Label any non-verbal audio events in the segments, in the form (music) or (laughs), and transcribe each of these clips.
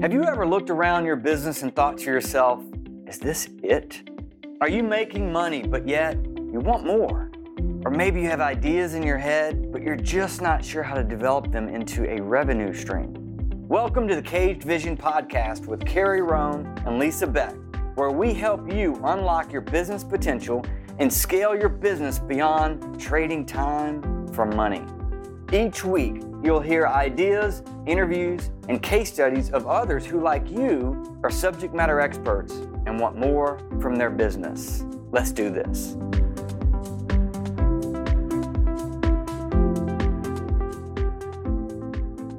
Have you ever looked around your business and thought to yourself, is this it? Are you making money, but yet you want more? Or maybe you have ideas in your head, but you're just not sure how to develop them into a revenue stream. Welcome to the Caged Vision Podcast with Carrie Roan and Lisa Beck, where we help you unlock your business potential and scale your business beyond trading time for money. Each week, you'll hear ideas, interviews, and case studies of others who, like you, are subject matter experts and want more from their business. Let's do this.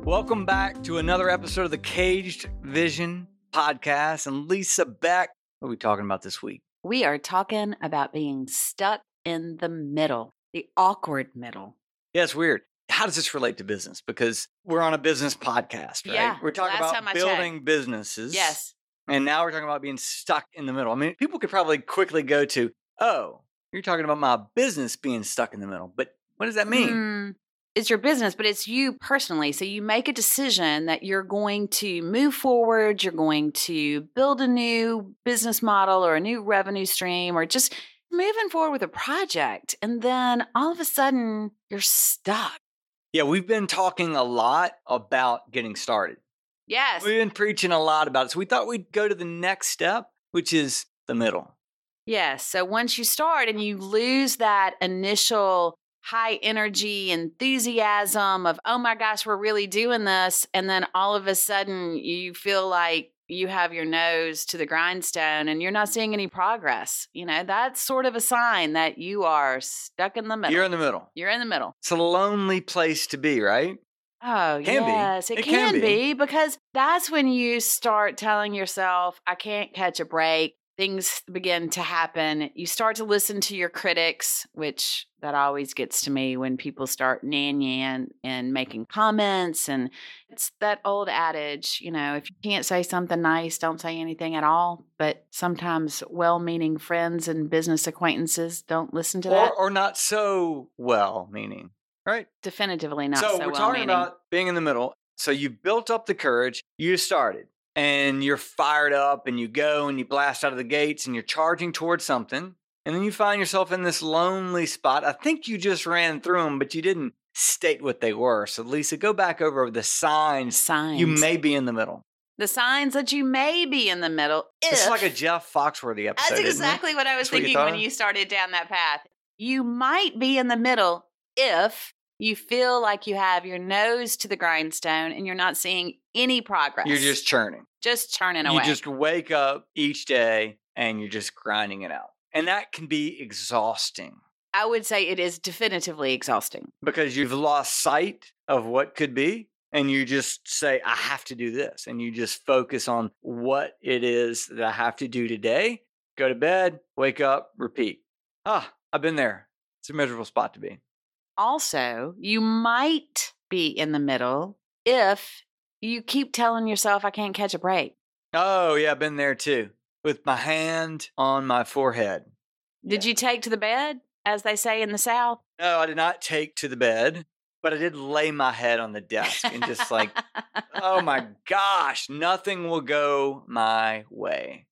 Welcome back to another episode of the Caged Vision podcast. And Lisa Beck, what are we talking about this week? We are talking about being stuck in the middle, the awkward middle. Yeah, it's weird how does this relate to business? Because we're on a business podcast, right? Yeah, we're talking last time about I building businesses. Yes. And now we're talking about being stuck in the middle. I mean, people could probably quickly go to, oh, you're talking about my business being stuck in the middle. But what does that mean? Mm, it's your business, but it's you personally. So you make a decision that you're going to move forward, you're going to build a new business model or a new revenue stream or just moving forward with a project. And then all of a sudden, you're stuck. Yeah, we've been talking a lot about getting started. Yes. We've been preaching a lot about it. So we thought we'd go to the next step, which is the middle. Yes. So once you start and you lose that initial high energy enthusiasm of, oh my gosh, we're really doing this. And then all of a sudden you feel like you have your nose to the grindstone and you're not seeing any progress. You know, that's sort of a sign that you are stuck in the middle. You're in the middle. You're in the middle. It's a lonely place to be, right? Oh, Can be. yes, it, It can, can be. because that's when you start telling yourself, I can't catch a break. Things begin to happen. You start to listen to your critics, which that always gets to me when people start nan and making comments. And it's that old adage, you know, if you can't say something nice, don't say anything at all. But sometimes well meaning friends and business acquaintances don't listen to Or, that. or not so well meaning, right? Definitively not so, so, we're well talking meaning. about being in the middle. So you built up the courage, you started, and you're fired up, and you go and you blast out of the gates, and you're charging towards something, and then you find yourself in this lonely spot. I think you just ran through them, but you didn't state what they were. So Lisa, go back over the signs. Signs. You may be in the middle. the signs that you may be in the middle. If, It's like a Jeff Foxworthy episode. that's isn't it? exactly what I was That's what you thinking thought when of? you started down that path. You might be in the middle if you feel like you have your nose to the grindstone and you're not seeing any progress. You're just churning. just churning you away. just wake up each day and you're just grinding it out. And that can be exhausting. I would say it is definitively exhausting. because you've lost sight of what could be and you just say i have to do this and you just focus on what it is that i have to do today go to bed wake up repeat ah i've been there it's a miserable spot to be Also, you might be in the middle if you keep telling yourself, I can't catch a break. oh yeah i've been there too with my hand on my forehead Did you take to the bed, as they say in the South? no i did not take to the bed but i did lay my head on the desk and just (laughs) like oh my gosh nothing will go my way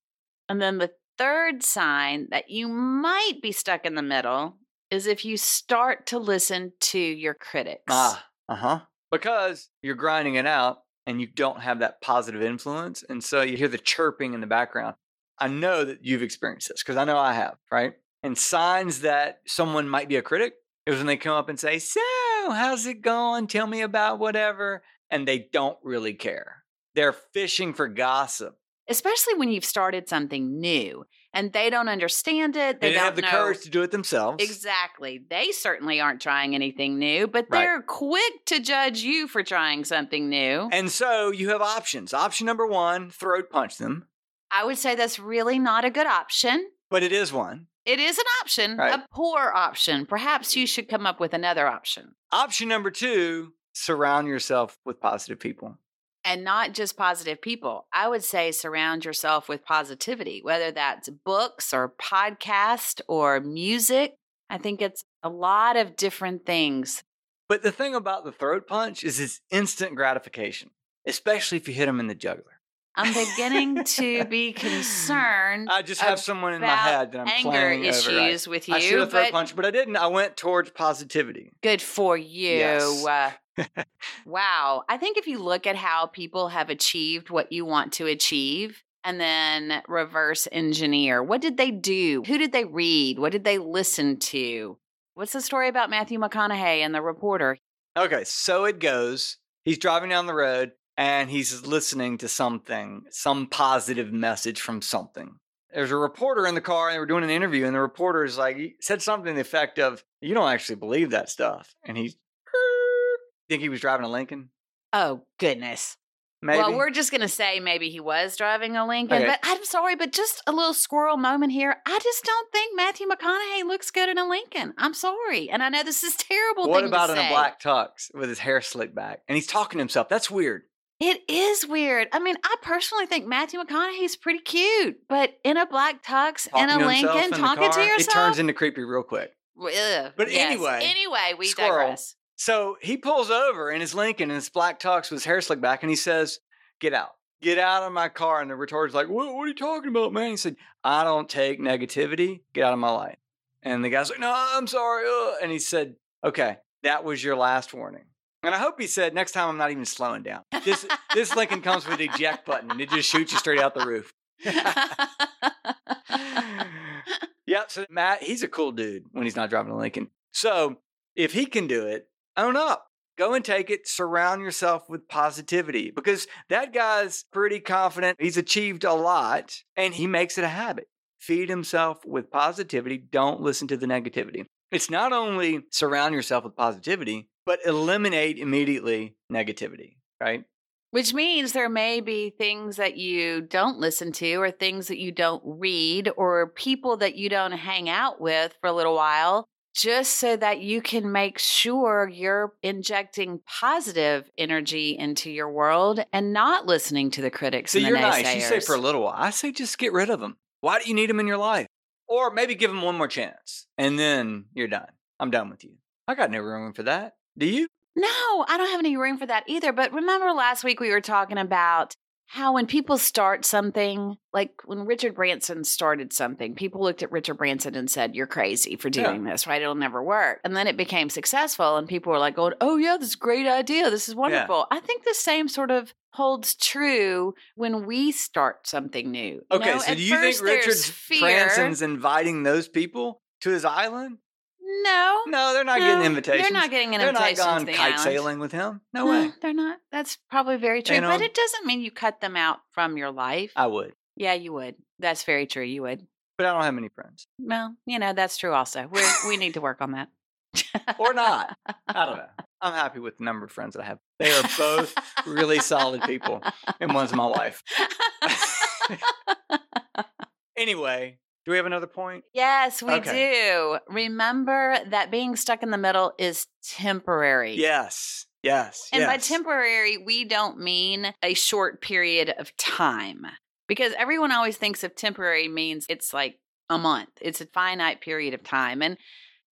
And then the third sign that you might be stuck in the middle is if you start to listen to your critics. Ah, uh uh-huh. huh. Because you're grinding it out and you don't have that positive influence. And so you hear the chirping in the background. I know that you've experienced this because I know I have, right? And signs that someone might be a critic is when they come up and say, So, how's it going? Tell me about whatever. And they don't really care. They're fishing for gossip. Especially when you've started something new and they don't understand it. They, They, didn't don't have the know. courage to do it themselves. Exactly. They certainly aren't trying anything new, but Right. they're quick to judge you for trying something new. And so you have options. Option number one, throat punch them, I would say that's really not a good option. but it is one. It is an option, Right. Mm. a poor option. Perhaps you should come up with another option. Option number two, surround yourself with positive people. and not just positive people. I would say surround yourself with positivity, whether that's books or podcast or music. I think it's a lot of different things. But the thing about the throat punch is it's instant gratification, especially if you hit them in the jugular. I'm beginning to (laughs) be concerned. I just have someone in my Mm, about head that I'm anger playing issues over. I- with I should you, have thrown a but punch, but I didn't. I went towards positivity. good for you. Yes. (laughs) Uh, wow. I think if you look at how people have achieved what you want to achieve and then reverse engineer, what did they do? Who did they read? What did they listen to? What's the story about Matthew McConaughey and the reporter? Okay, so it goes. He's driving down the road and he's listening to something, some positive message from something. There's a reporter in the car and they were doing an interview, and the reporter is like, he said something to the effect of, You don't actually believe that stuff. And he's, think he was driving a Lincoln? Oh, goodness. Maybe. Well, we're just going to say maybe he was driving a Lincoln, Okay. but I'm sorry, but just a little squirrel moment here. I just don't think Matthew McConaughey looks good in a Lincoln. I'm sorry. And I know this is (laughs) a terrible what thing about to in say. a black tux with his hair slicked back? And he's talking to himself. That's weird. It is weird. I mean, I personally think Matthew McConaughey's pretty cute, but in a black tux, in Talking to a himself Lincoln, in the talking to car, It turns yourself. into creepy real quick. Ugh, But yes. anyway, anyway, we squirrel. digress. So he pulls over in his Lincoln and his black tux with his hair slicked back, and he says, "Get out, get out of my car." And the retorter's like, "What? What are you talking about, man?" He said, "I don't take negativity. Get out of my life." And the guy's like, "No, I'm sorry." uh," And he said, "Okay, that was your last warning." And I hope he said, "Next time, I'm not even slowing down." This this Lincoln comes with the eject button, and it just shoots you straight out the roof. (laughs) yep. So Matt, he's a cool dude when he's not driving a Lincoln. So if he can do it, own up. Go and take it. Surround yourself with positivity because that guy's pretty confident. He's achieved a lot and he makes it a habit. Feed himself with positivity. Don't listen to the negativity. It's not only surround yourself with positivity, but eliminate immediately negativity, right? (laughs) Which means there may be things that you don't listen to, or things that you don't read, or people that you don't hang out with for a little while, just so that you can make sure you're injecting positive energy into your world and not listening to the critics. So and the you're nice. You say naysayers. for a little while. I say just get rid of them. Why do you need them in your life? Or maybe give them one more chance and then you're done. I'm done with you. I got no room for that. Do you? No, I don't have any room for that either. But remember last week we were talking about how when people start something, like when Richard Branson started something, people looked at Richard Branson and said, You're crazy for Yeah. doing this, right? It'll never work. And then it became successful and people were like going, Oh yeah, this is a great idea. This is wonderful. I think the same sort of holds true when we start something new. You Okay, know, so at do you think first there's Richard fear. Branson's inviting those people to his island? No. No, they're not no, getting invitations. They're not getting an They're not invitation. gone to the kite island. sailing with him. No Uh, way. They're not. That's probably very true. You know? But it doesn't mean you cut them out from your life. I would, yeah, you would. That's very true. You would. but I don't have many friends. Well, you know, that's true also. We're, we need to work on that. Or not. I don't know. (laughs) I'm happy with the number of friends that I have. They are both (laughs) really solid people, and one's my wife. Anyway, do we have another (laughs) point? yes, we Okay. do. Remember that being stuck in the middle is temporary. Yes. Yes. And by yes. temporary, we don't mean a short period of time because everyone always thinks of temporary means it's like a month, it's a finite period of time. And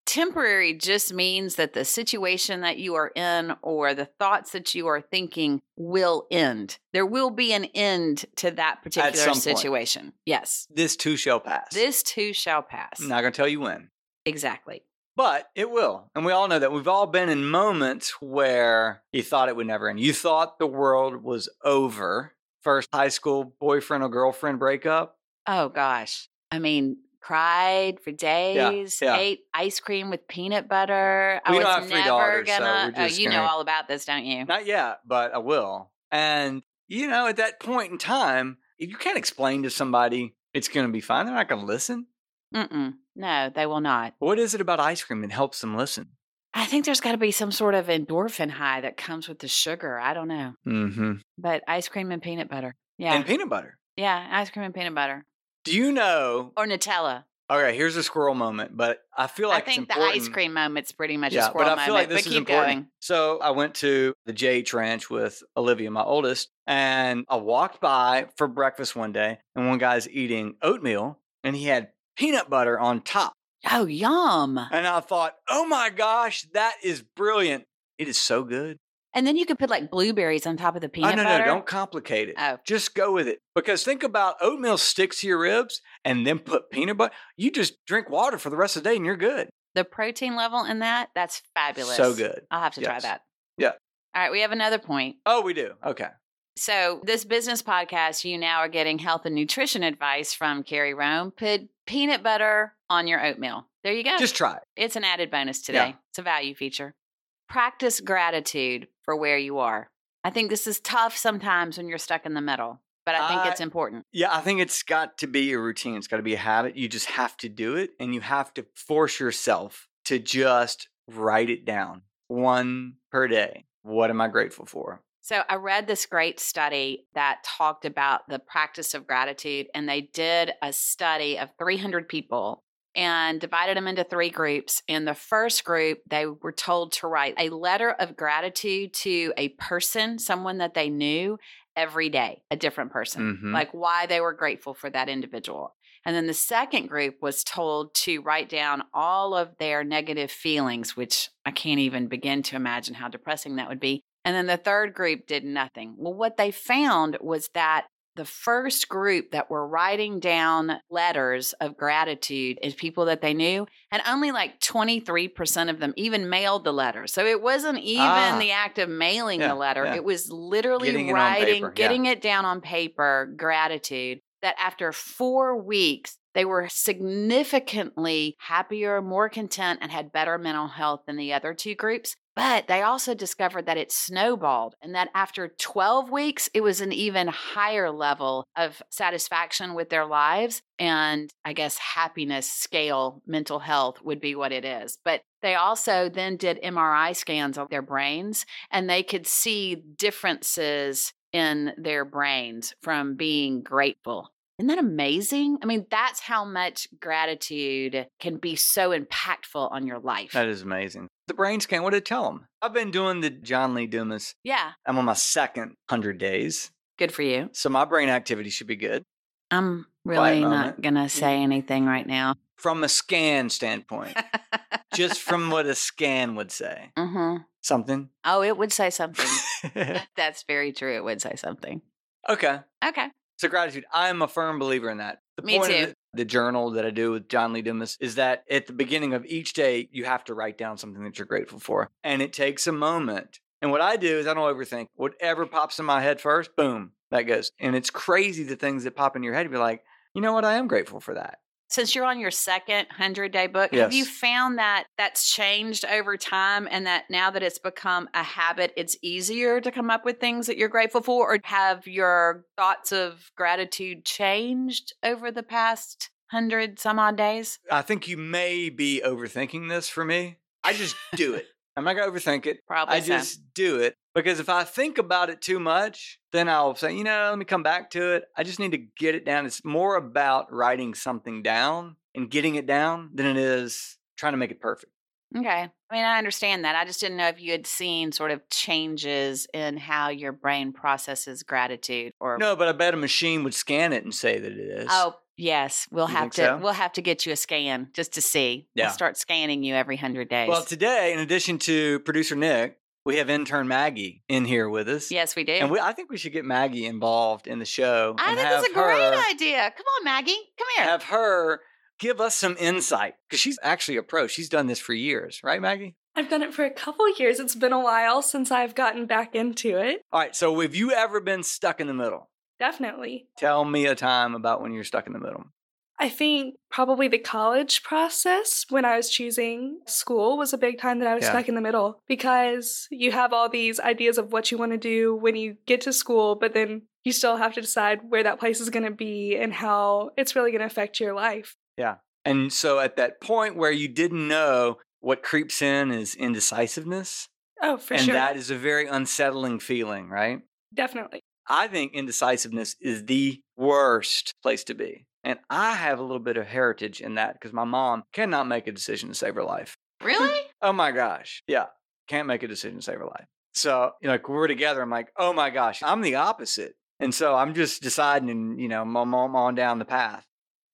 temporary just means that the situation that you are in or the thoughts that you are thinking will end. There will be an end to that particular some point. situation. Yes. this too shall pass. This too shall pass. I'm not going to tell you when, Exactly. but it will. And we all know that. We've all been in moments where you thought it would never end. You thought the world was over. First high school boyfriend or girlfriend breakup. Oh gosh. I mean, cried for days, yeah. ate ice cream with peanut butter. We I don't was have three never daughters, so gonna we're oh, just you know gonna- all about this, don't you? Not yet, but I will. And, you know, at that point in time, you can't explain to somebody it's going to be fine. They're not going to listen. Mm-mm. No, they will not. What is it about ice cream that helps them listen? I think there's got to be some sort of endorphin high that comes with the sugar. I don't know. Mm-hmm. But ice cream and peanut butter. Yeah. And peanut butter. yeah, ice cream and peanut butter Do you know or Nutella. Okay, here's a squirrel moment, but I feel like I it's think the ice important. cream moment's pretty much Yeah, a squirrel but I feel moment, like this but is keep important. going. So I went to the J Trench with Olivia, my oldest, and I walked by for breakfast one day, and one guy's eating oatmeal, and he had peanut butter on top, Oh, yum. and I thought, oh my gosh, that is brilliant. It is so good. And then you could put like blueberries on top of the Oh, peanut no, butter. no, don't complicate it. Oh. Just go with it. Because think about oatmeal sticks to your ribs and then put peanut butter. You just drink water for the rest of the day and you're good. The protein level in that, that's fabulous. So good. I'll have to try Yes. that. Yeah. All right, we have another point. Oh, we do. Okay. So, this business podcast, you now are getting health and nutrition advice from Carrie Rome. Put peanut butter on your oatmeal. There you go. Just try it. it's an added bonus Yeah. today. It's a value feature. Practice gratitude for where you are. I think this is tough sometimes when you're stuck in the middle, but I think I- it's important. Yeah, I think it's got to be a routine. It's got to be a habit. You just have to do it and you have to force yourself to just write it down one per day. What am I grateful for? So I read this great study that talked about the practice of gratitude, and they did a study of 300 people and divided them into three groups. In the first group, they were told to write a letter of gratitude to a person, someone that they knew every day, a different person Mhm. like why they were grateful for that individual. And then the second group was told to write down all of their negative feelings, which I can't even begin to imagine how depressing that would be. And then the third group did nothing. Well, what they found was that the first group that were writing down letters of gratitude is people that they knew, and only like 23% of them even mailed the letter. So it wasn't even Ah. the act of mailing Yeah, the letter, yeah. it was literally Getting literally it on writing, paper, yeah. getting it down on paper, gratitude that after four weeks, they were significantly happier, more content, and had better mental health than the other two groups. But they also discovered that it snowballed and that after 12 weeks, it was an even higher level of satisfaction with their lives. And I guess happiness scale mental health would be what it is. But they also then did MRI scans of their brains and they could see differences in their brains from being grateful. Isn't that amazing? I mean, that's how much gratitude can be so impactful on your life. That is amazing. The brain scan, what did it tell them? I've been doing the John Lee Dumas. yeah, I'm on my second 100 days. good for you. So my brain activity should be good. I'm Quiet really not moment. going to say anything (laughs) right now. From a scan standpoint, just from what (laughs) a scan would say. hmm Something. Oh, it would (laughs) say something. (laughs) that's very true. It would say something. okay. Okay. So gratitude. I'm a firm believer in that. The Me point too. of the, the journal that I do with John Lee Dumas is that at the beginning of each day, you have to write down something that you're grateful for. And it takes a moment. And what I do is I don't overthink. Whatever pops in my head first, boom, that goes. And it's crazy the things that pop in your head. You'd be like, you know what? I am grateful for that. since you're on your second 100 day book have you Yes. found that that's changed over time and that now that it's become a habit it's easier to come up with things that you're grateful for or have your thoughts of gratitude changed over the past 100 some odd days I think you may be overthinking this for me. I just do (laughs) it. I'm not going to overthink it. probably I just do it because if I think about it too much, then I'll say, you know, let me come back to it. I just need to get it down. It's more about writing something down and getting it down than it is trying to make it perfect. so okay i mean i understand that i just didn't know if you had seen sort of changes in how your brain processes gratitude or No, but I bet a machine would scan it and say that it is. Oh yes, we'll You have think to so? we'll have to get you a scan just to see. Yeah. We'll start scanning you every hundred days. Well, today, in addition to producer Nick, we have intern Maggie in here with us. yes, we do. And we, I think we should get Maggie involved in the show. I and think that's a have great her- idea. Come on, Maggie, come here. Have her give us some insight because she's actually a pro. She's done this for years, right, Maggie? I've done it for a couple years. It's been a while since I've gotten back into it. All right. So, have you ever been stuck in the middle? Definitely. Tell me a time about when you're stuck in the middle. I think probably the college process when I was choosing school was a big time that I was Yeah. stuck in the middle because you have all these ideas of what you want to do when you get to school, but then you still have to decide where that place is going to be and how it's really going to affect your life. And so, at that point where you didn't know what creeps in is indecisiveness. Oh, for and sure. that is a very unsettling feeling, right? Definitely. I think indecisiveness is the worst place to be. And I have a little bit of heritage in that because my mom cannot make a decision to save her life. really? (laughs) oh my gosh, yeah, can't make a decision to save her life. So, you know, like we're together, I'm like, oh my gosh, I'm the opposite. And so I'm just deciding and, you know, I'm I'm on down the path.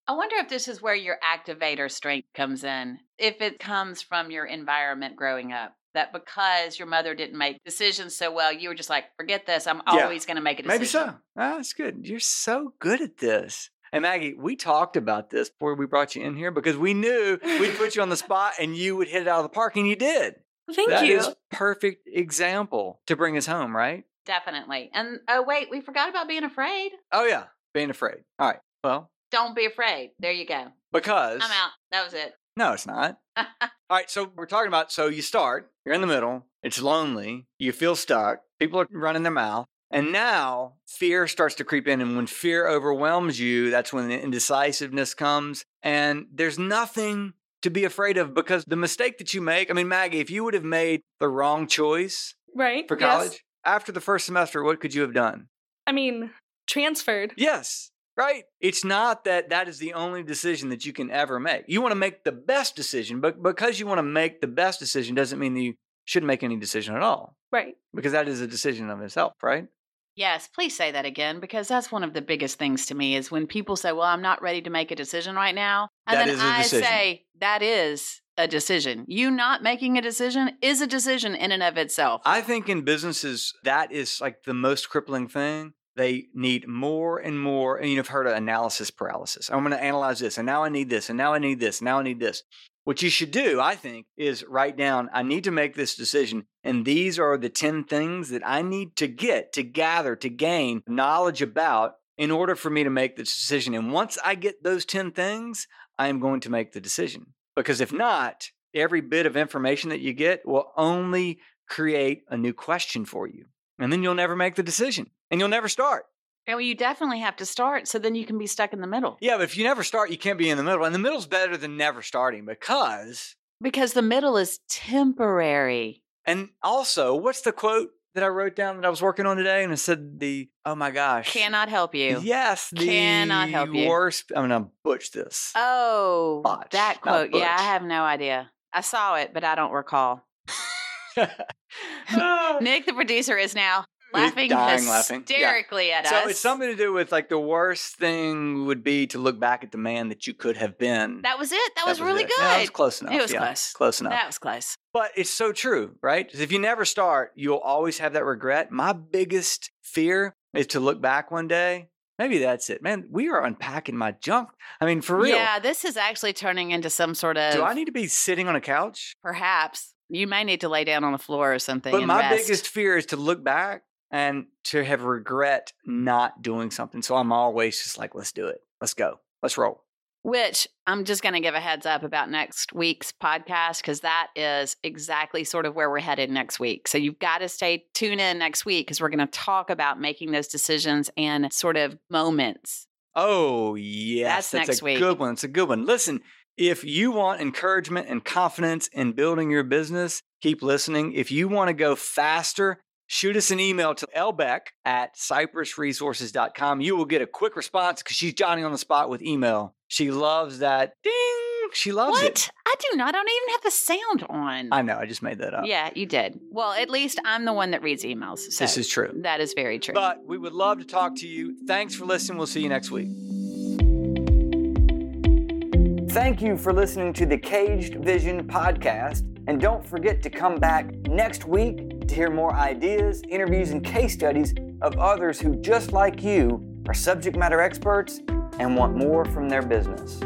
I wonder if this is where your activator strength comes in, if it comes from your environment growing up. that because your mother didn't make decisions so well, you were just like, forget this. I'm Yeah. always going to make a decision. Maybe so. Ah, that's good. You're so good at this. And Maggie, we talked about this before we brought you in here because we knew we'd put you on the spot and you would hit it out of the park, and you did. Thank That you. is perfect example to bring us home, right? Definitely. And oh, wait, we forgot about being afraid. Oh yeah, being afraid. All right. Well, Don't be afraid. There you go. because I'm out. That was it. No, it's not. All right, so we're talking about so you start, you're in the middle, it's lonely, you feel stuck, people are running their mouth, and now fear starts to creep in. And when fear overwhelms you, that's when the indecisiveness comes, and there's nothing to be afraid of because the mistake that you make I mean, Maggie, if you would have made the wrong choice right? for Yes. college after the first semester, what could you have done? I mean, transferred. Yes, right. It's not that that is the only decision that you can ever make. You want to make the best decision, but because you want to make the best decision doesn't mean that you shouldn't make any decision at all, Right. because that is a decision of itself, right? Yes, please say that again because that's one of the biggest things to me is when people say, "Well, I'm not ready to make a decision right now," and That then is a I decision. say, "That is a decision. You not making a decision is a decision in and of itself." I think in businesses, that is like the most crippling thing. They need more and more. And you've heard of analysis paralysis. I'm going to analyze this, and now I need this, and now I need this, and now I need this. What you should do, I think, is write down I need to make this decision. And these are the 10 things that I need to get, to gather, to gain knowledge about in order for me to make this decision. And once I get those 10 things, I am going to make the decision. Because if not, every bit of information that you get will only create a new question for you. And then you'll never make the decision and you'll never start. and well, you definitely have to start, so then you can be stuck in the middle Yeah, but if you never start, you can't be in the middle. And the middle's better than never starting because, because the middle is temporary. and also, what's the quote that I wrote down that I was working on today? And it said, the, oh my gosh. Cannot help you. Yes, the Cannot help you. worst. I'm going to butch this. Oh, Botch, that not quote. Yeah, I butch. have no idea. I saw it, but I (laughs) don't recall. (laughs) Nick, the producer, is now laughing dying laughing. Yeah. hysterically at us. so it's something to do with like the worst thing would be to look back at the man that you could have been. That was it. That, was, really it. good. That was close enough. It was yeah, close. Close enough. That was close. But it's so true, right? 'Cause if you never start, you'll always have that regret. My biggest fear is to look back one day. Maybe that's it. Man, we are unpacking my junk. I mean, for real. Yeah, this is actually turning into some sort of Do I need to be sitting on a couch? perhaps you may need to lay down on the floor or something. But and my rest. biggest fear is to look back and to have regret not doing something. So I'm always just like, let's do it. Let's go. Let's roll. which I'm just going to give a heads up about next week's podcast because that is exactly sort of where we're headed next week. So you've got to stay tuned in next week because we're going to talk about making those decisions and sort of moments. Oh, yes. That's next a week. good one. It's a good one. Listen, if you want encouragement and confidence in building your business, keep listening. If you want to go faster, shoot us an email to lbeck at cypressresources.com. You will get a quick response because she's Johnny on the spot with email. She loves that ding. She loves what? it. I do not. I don't even have the sound on. I know. I just made that up. yeah, you did. Well, at least I'm the one that reads emails. So This is true. that is very true. But we would love to talk to you. Thanks for listening. We'll see you next week. Thank you for listening to the Caged Vision podcast. And don't forget to come back next week to hear more ideas, interviews, and case studies of others who, just like you, are subject matter experts and want more from their business.